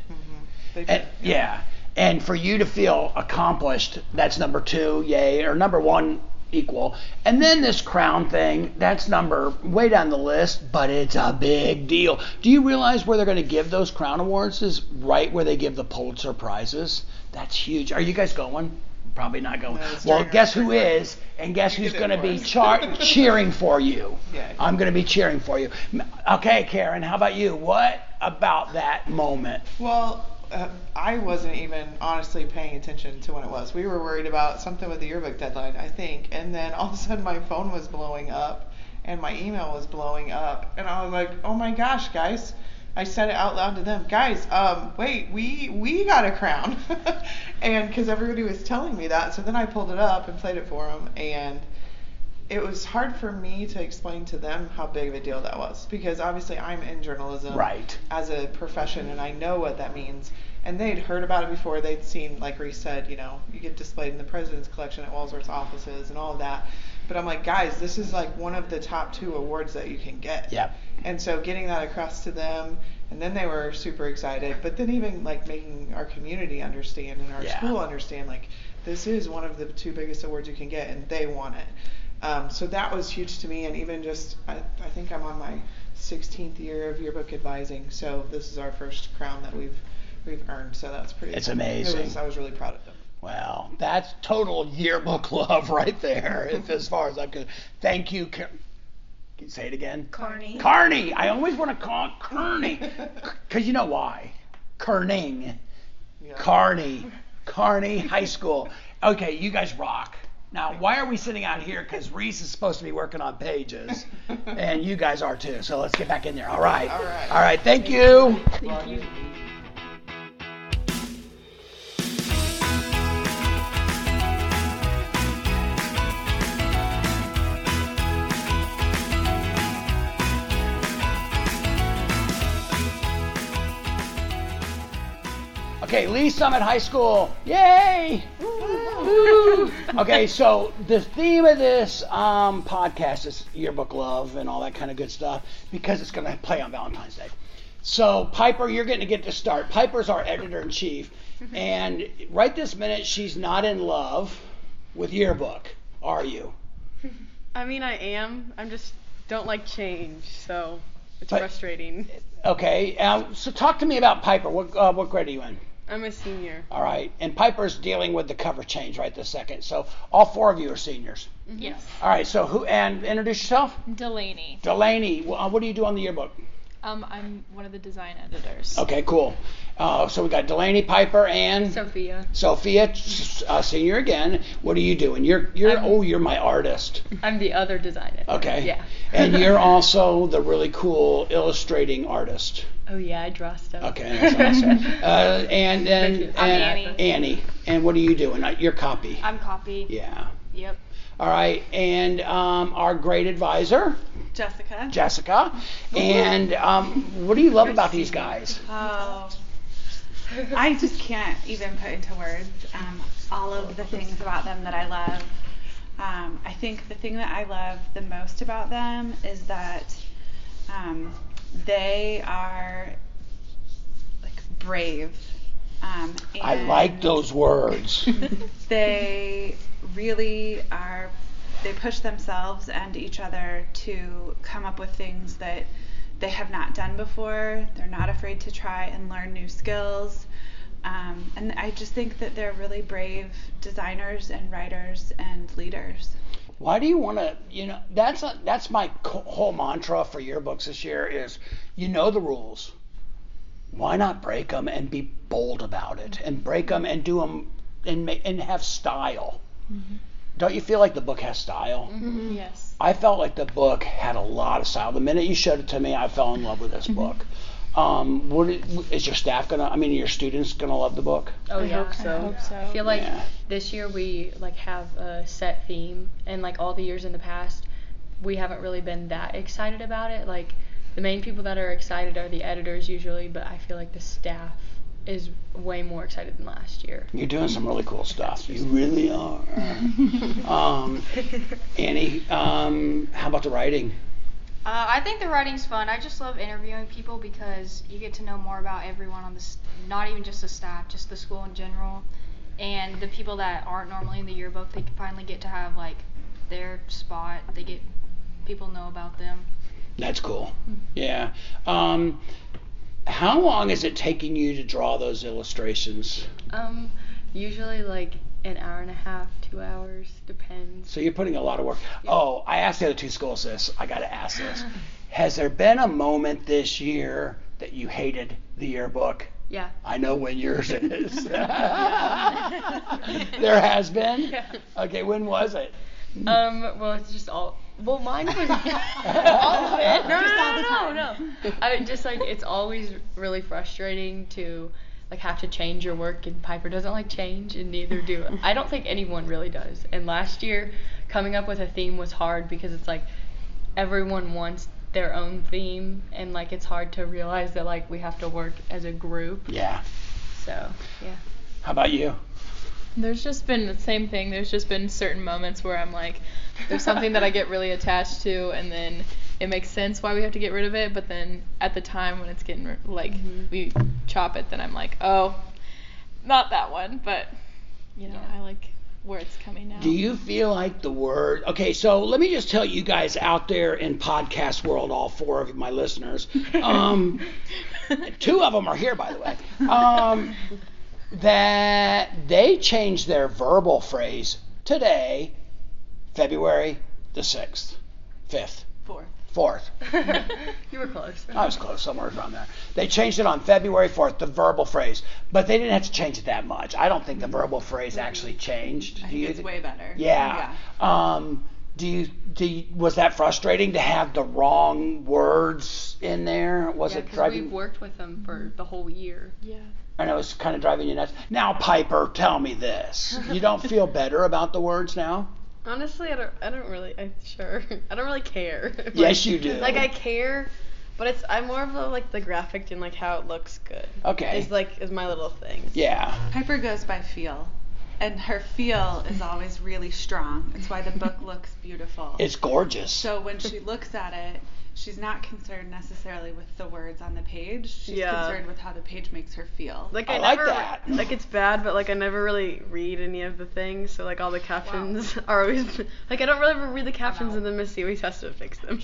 Speaker 1: And- yeah, and for you to feel accomplished, that's number two, yay, or number one equal. And then this crown thing, that's number way down the list, but it's a big deal. Do you realize where they're going to give those crown awards is right where they give the Pulitzer prizes? That's huge. Are you guys going? Probably not going. well, guess who is, and guess who's going to be char- cheering for you? I'm going to be cheering for you. M- Okay, Karen, how about you? What about that moment?
Speaker 13: Well, uh, I wasn't even honestly paying attention to when it was. We were worried about something with the yearbook deadline, I think, and then all of a sudden my phone was blowing up and my email was blowing up, and I was like, "Oh my gosh, guys!" I said it out loud to them, guys. Um, wait, we we got a crown, and because everybody was telling me that, so then I pulled it up and played it for them, and it was hard for me to explain to them how big of a deal that was because obviously I'm in journalism
Speaker 1: Right.
Speaker 13: as a profession and I know what that means. and they'd heard about it before. They'd seen, like Reese said, you know, you get displayed in the president's collection at Walsworth's offices and all of that. But I'm like, guys, this is like one of the top two awards that you can get.
Speaker 1: Yeah.
Speaker 13: And so getting that across to them, and then they were super excited. But then even like making our community understand and our
Speaker 1: Yeah.
Speaker 13: school understand, like this is one of the two biggest awards you can get, and they want it. Um, so that was huge to me, and even just I, I think I'm on my 16th year of yearbook advising, so this is our first crown that we've we've earned. So that's pretty.
Speaker 1: It's
Speaker 13: it
Speaker 1: amazing.
Speaker 13: was- I was really proud of them.
Speaker 1: Wow, that's total yearbook (laughs) love right there, if, as far as I'm concerned. Thank you. Car- Can you say it again?
Speaker 13: Carney.
Speaker 1: Carney. I always want to call it
Speaker 14: (laughs)
Speaker 1: Kearney. Because you know why. Kerning. Carney. Carney High School. Okay, you guys rock. Now, why are we sitting out here? Because Reese is supposed to be working on
Speaker 13: (laughs)
Speaker 1: pages, and you guys are too. So let's get back in there. All right.
Speaker 13: All right.
Speaker 1: All right. Thank you.
Speaker 13: Thank you.
Speaker 1: Okay, Lee Summit High School. Yay! Woo! okay, so the theme of this um, podcast is yearbook love and all that kind of good stuff because it's going to play on Valentine's Day. So, Piper, you're going to get to start. Piper's our editor in chief, and right this minute, she's not in love with yearbook, are you?
Speaker 14: I mean, I am. I'm just don't like change, so it's
Speaker 1: But-
Speaker 14: frustrating.
Speaker 1: Okay, um, so talk to me about Piper. What, uh, what grade are you in?
Speaker 14: I'm a senior.
Speaker 1: All right, and Piper's dealing with the cover change right this second. So, all four of you are seniors.
Speaker 15: Yes.
Speaker 1: All right, so who, and introduce yourself.
Speaker 15: Delaney.
Speaker 1: Delaney, wh- uh, what do you do on the yearbook?
Speaker 15: Um, I'm one of the design editors.
Speaker 1: Okay, cool. Uh, so we got Delaney Piper and
Speaker 14: Mm.
Speaker 15: Sophia.
Speaker 1: Sophia, s- uh, senior again. What do you do? And you're you're oh you're my artist.
Speaker 14: I'm the other designer.
Speaker 1: Okay.
Speaker 14: Yeah.
Speaker 1: (laughs) and you're also the really cool illustrating artist.
Speaker 14: Oh yeah, I draw stuff.
Speaker 1: Okay, that's awesome. uh, and then and,
Speaker 15: I'm
Speaker 1: Annie. And what are you doing? Uh, Your copy.
Speaker 15: I'm copy.
Speaker 1: Yeah.
Speaker 15: Yep.
Speaker 1: All right, and um, our great advisor,
Speaker 16: Jessica.
Speaker 1: Jessica. And um, what do you love about these guys?
Speaker 16: Oh. (laughs) I just can't even put into words um, all of the things about them that I love. Um, I think the thing that I love the most about them is that um, they are like brave. Um,
Speaker 1: I
Speaker 16: and
Speaker 1: like those words. (laughs)
Speaker 16: they really are they push themselves and each other to come up with things that they have not done before they're not afraid to try and learn new skills um, and i just think that they're really brave designers and writers and leaders
Speaker 1: Why do you want to? You know, that's a, that's my co- whole mantra for yearbooks this year is, you know the rules. Why not break them and be bold about it, and break them and do them and ma- and have style?
Speaker 8: Mm-hmm.
Speaker 1: Don't you feel like the book has style?
Speaker 14: Mm-hmm.
Speaker 15: Yes.
Speaker 1: I felt like the book had a lot of style. The minute you showed it to me, I fell in love with this book. Um, what it, is your staff gonna? I mean, your students gonna love the book?
Speaker 14: Oh yeah. I hope so. I feel like
Speaker 1: Yeah.
Speaker 14: this year we like have a set theme, and like all the years in the past, we haven't really been that excited about it. Like the main people that are excited are the editors usually, but I feel like the staff is way more excited than last year.
Speaker 1: You're doing some really cool stuff. You really
Speaker 14: (laughs)
Speaker 1: are. um, Annie, um, how about the writing?
Speaker 17: Uh, I think the writing's fun. I just love interviewing people because you get to know more about everyone on this, not even just the staff, just the school in general, and the people that aren't normally in the yearbook. They can finally get to have like their spot. They get people know about them.
Speaker 1: That's cool. Yeah. Um, how long is it taking you to draw those illustrations?
Speaker 14: Um, usually like an hour and a half, two hours, depends.
Speaker 1: So you're putting a lot of work. Oh, I asked the other two schools this. I got to ask
Speaker 14: (laughs)
Speaker 1: this. Has there been a moment this year that you hated the yearbook?
Speaker 14: Yeah.
Speaker 1: I know when yours
Speaker 14: (laughs)
Speaker 1: is. (laughs)
Speaker 14: Yeah.
Speaker 1: there has been? Okay, when was it?
Speaker 14: Um, well, it's just all. Well, mine was all
Speaker 13: (laughs)
Speaker 12: (laughs)
Speaker 14: of it. No,
Speaker 1: Just all the
Speaker 14: no, no, no, no. I just like it's always really frustrating to like have to change your work, and Piper doesn't like change, and neither do I. Don't think anyone really does. And last year, coming up with a theme was hard because it's like everyone wants their own theme, and like it's hard to realize that like we have to work as a group.
Speaker 1: Yeah.
Speaker 12: So yeah.
Speaker 1: How about you?
Speaker 15: There's just been the same thing. There's just been certain moments where I'm like, there's something that I get really attached to, and then it makes sense why we have to get rid of it. But then at the time when it's getting ri- like we chop it, then I'm like, oh, not that one. But you know, I like where it's coming now.
Speaker 1: Do you feel like the word? Okay, so let me just tell you guys out there in podcast world, all four of my (laughs) listeners, um, two of them are here, by the way, um, that they changed their verbal phrase today, February the 6th, 5th,
Speaker 12: Fourth.
Speaker 1: 4th.
Speaker 12: You were close.
Speaker 1: I was close, somewhere around there. They changed it on February 4th, the verbal phrase, but they didn't have to change it that much. I don't think the verbal phrase actually changed. Do
Speaker 16: I
Speaker 1: you
Speaker 16: think it's
Speaker 1: thi-
Speaker 16: way better.
Speaker 1: Yeah. Um, do you, do you, was that frustrating to have the wrong words in there? Was
Speaker 14: yeah,
Speaker 1: it
Speaker 14: 'cause
Speaker 1: driving?
Speaker 14: We've worked with them for the whole year.
Speaker 15: Yeah.
Speaker 1: I know it's kind of driving you nuts. Now, Piper, tell me this: you don't
Speaker 16: (laughs)
Speaker 1: feel better about the words now?
Speaker 12: Honestly, I don't. I don't really. I'm sure. (laughs) I don't really care. (laughs) Like-
Speaker 1: Yes, you do.
Speaker 12: Like I care, but it's. I'm more of the, like the graphic and like how it looks good.
Speaker 1: Okay.
Speaker 12: Is like is my little thing.
Speaker 1: Yeah.
Speaker 16: Piper goes by feel, and her feel is always really strong. It's why the
Speaker 1: (laughs)
Speaker 16: book looks beautiful.
Speaker 1: It's gorgeous.
Speaker 16: So when she looks at it, she's not concerned necessarily with the words on the page. She's
Speaker 12: Yeah.
Speaker 16: concerned with how the page makes her feel.
Speaker 12: Like I, never, (laughs) Like it's bad, but like I never really read any of the things, so like all the captions (laughs) are always like I don't really ever read the captions, and then Missy always has to fix them.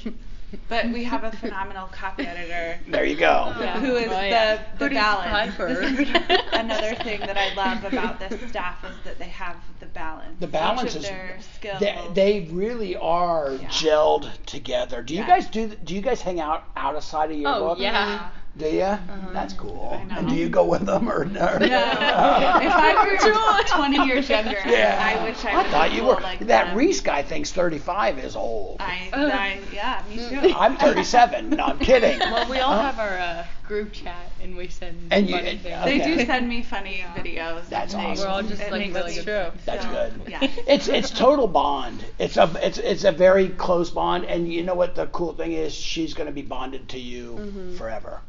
Speaker 16: But we
Speaker 12: (laughs)
Speaker 16: have a phenomenal copy editor.
Speaker 1: There you go.
Speaker 12: Yeah.
Speaker 16: Who is
Speaker 12: Oh, yeah.
Speaker 16: the, the
Speaker 12: Pretty
Speaker 16: balance.
Speaker 12: Piper.
Speaker 16: This is (laughs) another thing that I
Speaker 12: (laughs)
Speaker 16: love about this staff is that they have the balance.
Speaker 1: The balance
Speaker 16: Each of
Speaker 1: is
Speaker 16: their skills.
Speaker 1: they, they really are gelled together. Do you guys do? Do you guys hang out outside of your
Speaker 16: Oh,
Speaker 1: book?
Speaker 16: yeah. Uh-huh.
Speaker 1: Do you? That's cool. And do you go with them or no? (laughs)
Speaker 16: No. if I were 20 years younger,
Speaker 1: Yeah.
Speaker 16: I wish I,
Speaker 1: I
Speaker 16: was
Speaker 1: thought you
Speaker 16: cool
Speaker 1: were.
Speaker 16: like
Speaker 1: that
Speaker 16: them.
Speaker 1: Reese guy thinks 35 is old.
Speaker 16: I, I, yeah, me
Speaker 12: Oh.
Speaker 16: too.
Speaker 1: (laughs) I'm 37. No, I'm kidding.
Speaker 14: (laughs) well, we all
Speaker 1: Huh?
Speaker 14: have our uh, group chat, and we send
Speaker 1: And you-
Speaker 14: funny
Speaker 1: and-
Speaker 14: things.
Speaker 1: They do okay.
Speaker 16: send me funny videos.
Speaker 1: That's
Speaker 14: and
Speaker 1: awesome.
Speaker 14: We're all just
Speaker 16: It
Speaker 14: like
Speaker 16: makes
Speaker 14: really
Speaker 16: us-
Speaker 14: good. friends.
Speaker 1: That's good.
Speaker 16: Yeah.
Speaker 1: It's it's total bond. It's a it's it's a very close bond, and you know what the cool thing is? She's gonna be bonded to you forever.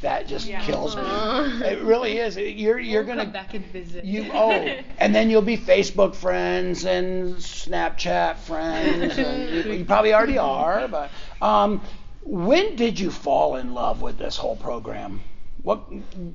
Speaker 1: That just
Speaker 14: Mm-hmm. Oh. Yeah.
Speaker 1: kills me.
Speaker 14: Aw.
Speaker 1: It really is. You're you're
Speaker 14: Uh-huh. We'll
Speaker 1: gonna
Speaker 14: come back and visit.
Speaker 1: You oh, and then you'll be Facebook friends and Snapchat friends.
Speaker 15: (laughs)
Speaker 1: And you, you probably already are, but um, when did you fall in love with this whole program? What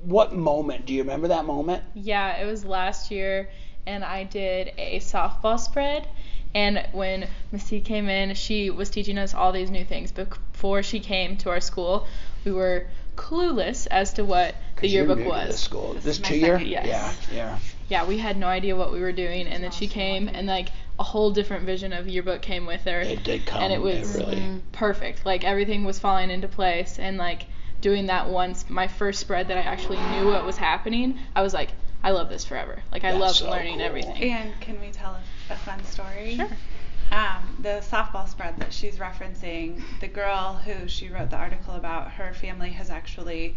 Speaker 1: what moment? Do you remember that moment?
Speaker 15: Yeah, it was last year, and I did a softball spread. And when Missy came in, she was teaching us all these new things. Bec- Before she came to our school, we were clueless as to what the
Speaker 1: 'Cause you're
Speaker 15: yearbook
Speaker 1: new to
Speaker 15: was.
Speaker 1: this school. This, two year?
Speaker 15: second year.
Speaker 1: Yeah, yeah.
Speaker 15: Yeah, we had no idea what we were doing, and then she came, and like a whole different vision of yearbook came with her.
Speaker 1: It did come.
Speaker 15: and it was
Speaker 1: really.
Speaker 15: perfect. Like everything was falling into place, and like doing that once, my first spread that I actually knew what was happening, I was like, I love this forever. Like I
Speaker 16: That's
Speaker 15: love
Speaker 16: so
Speaker 15: learning everything.
Speaker 16: And can we tell a, a fun story? Sure. Um, the softball spread that she's referencing, the girl who she wrote the article about, her family has actually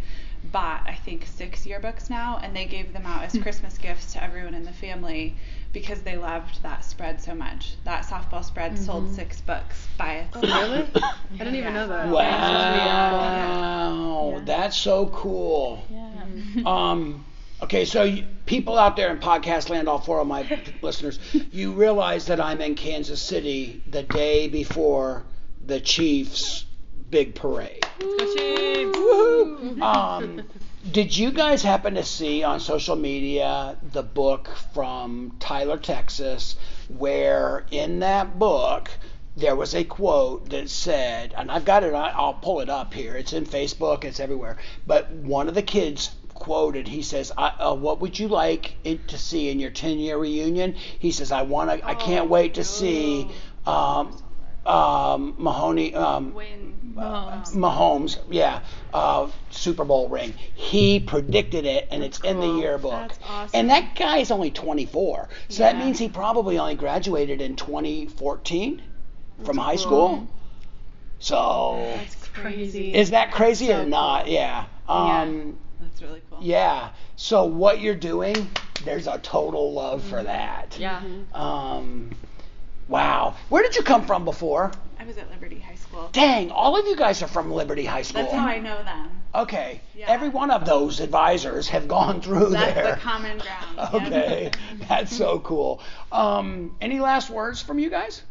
Speaker 16: bought, I think, six yearbooks now, and they gave them out as Christmas gifts to everyone in the family because they loved that spread so much. That softball spread sold six books by itself. (laughs)
Speaker 12: really? I didn't even know that.
Speaker 1: Wow, that's so cool. (laughs) Um, okay, so you, people out there in podcast land, all four of my p- listeners, you realize that I'm in Kansas City the day before the Chiefs' big parade. Woohoo! Um, did you guys happen to see on social media the book from Tyler, Texas, where in that book there was a quote that said, and I've got it, I- I'll pull it up here. It's in Facebook, it's everywhere. But one of the kids quoted, he says, I, uh, What would you like it to see in your 10 year reunion? He says, I want to, I can't wait to see um, um, Mahoney, um, Mahomes, yeah, uh, Super Bowl ring. He predicted it, and it's in
Speaker 16: Oh,
Speaker 1: the yearbook.
Speaker 14: um,
Speaker 1: And that guy is only 24, so that means he probably only graduated in 2014 from high school. So
Speaker 12: Crazy.
Speaker 1: is that crazy or not? Yeah. Um,
Speaker 16: That's really cool.
Speaker 1: yeah. So what you're doing, there's a total
Speaker 16: Mm-hmm.
Speaker 1: love for that.
Speaker 14: Yeah.
Speaker 1: Um, wow. Where did you come from before?
Speaker 16: I was at Liberty High School.
Speaker 1: Dang, all of you guys are from Liberty High School.
Speaker 16: That's how I know them.
Speaker 1: Okay, every one of those advisors have gone through
Speaker 16: That's
Speaker 1: there.
Speaker 16: the common ground. yeah.
Speaker 1: (laughs) okay, that's so cool. Um, any last words from you guys?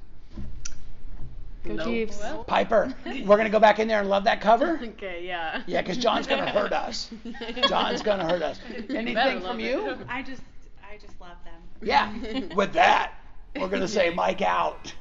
Speaker 15: Go
Speaker 1: No.
Speaker 15: Jeeves.
Speaker 1: Piper, we're gonna go back in there and love that
Speaker 16: (laughs)
Speaker 1: cover.
Speaker 12: (laughs) Okay, yeah.
Speaker 1: Yeah, 'cause John's gonna hurt
Speaker 12: (laughs)
Speaker 1: us. John's gonna hurt us. Anything from you?
Speaker 16: I just, I just love them.
Speaker 1: (laughs) Yeah. With that, we're gonna say Mike out.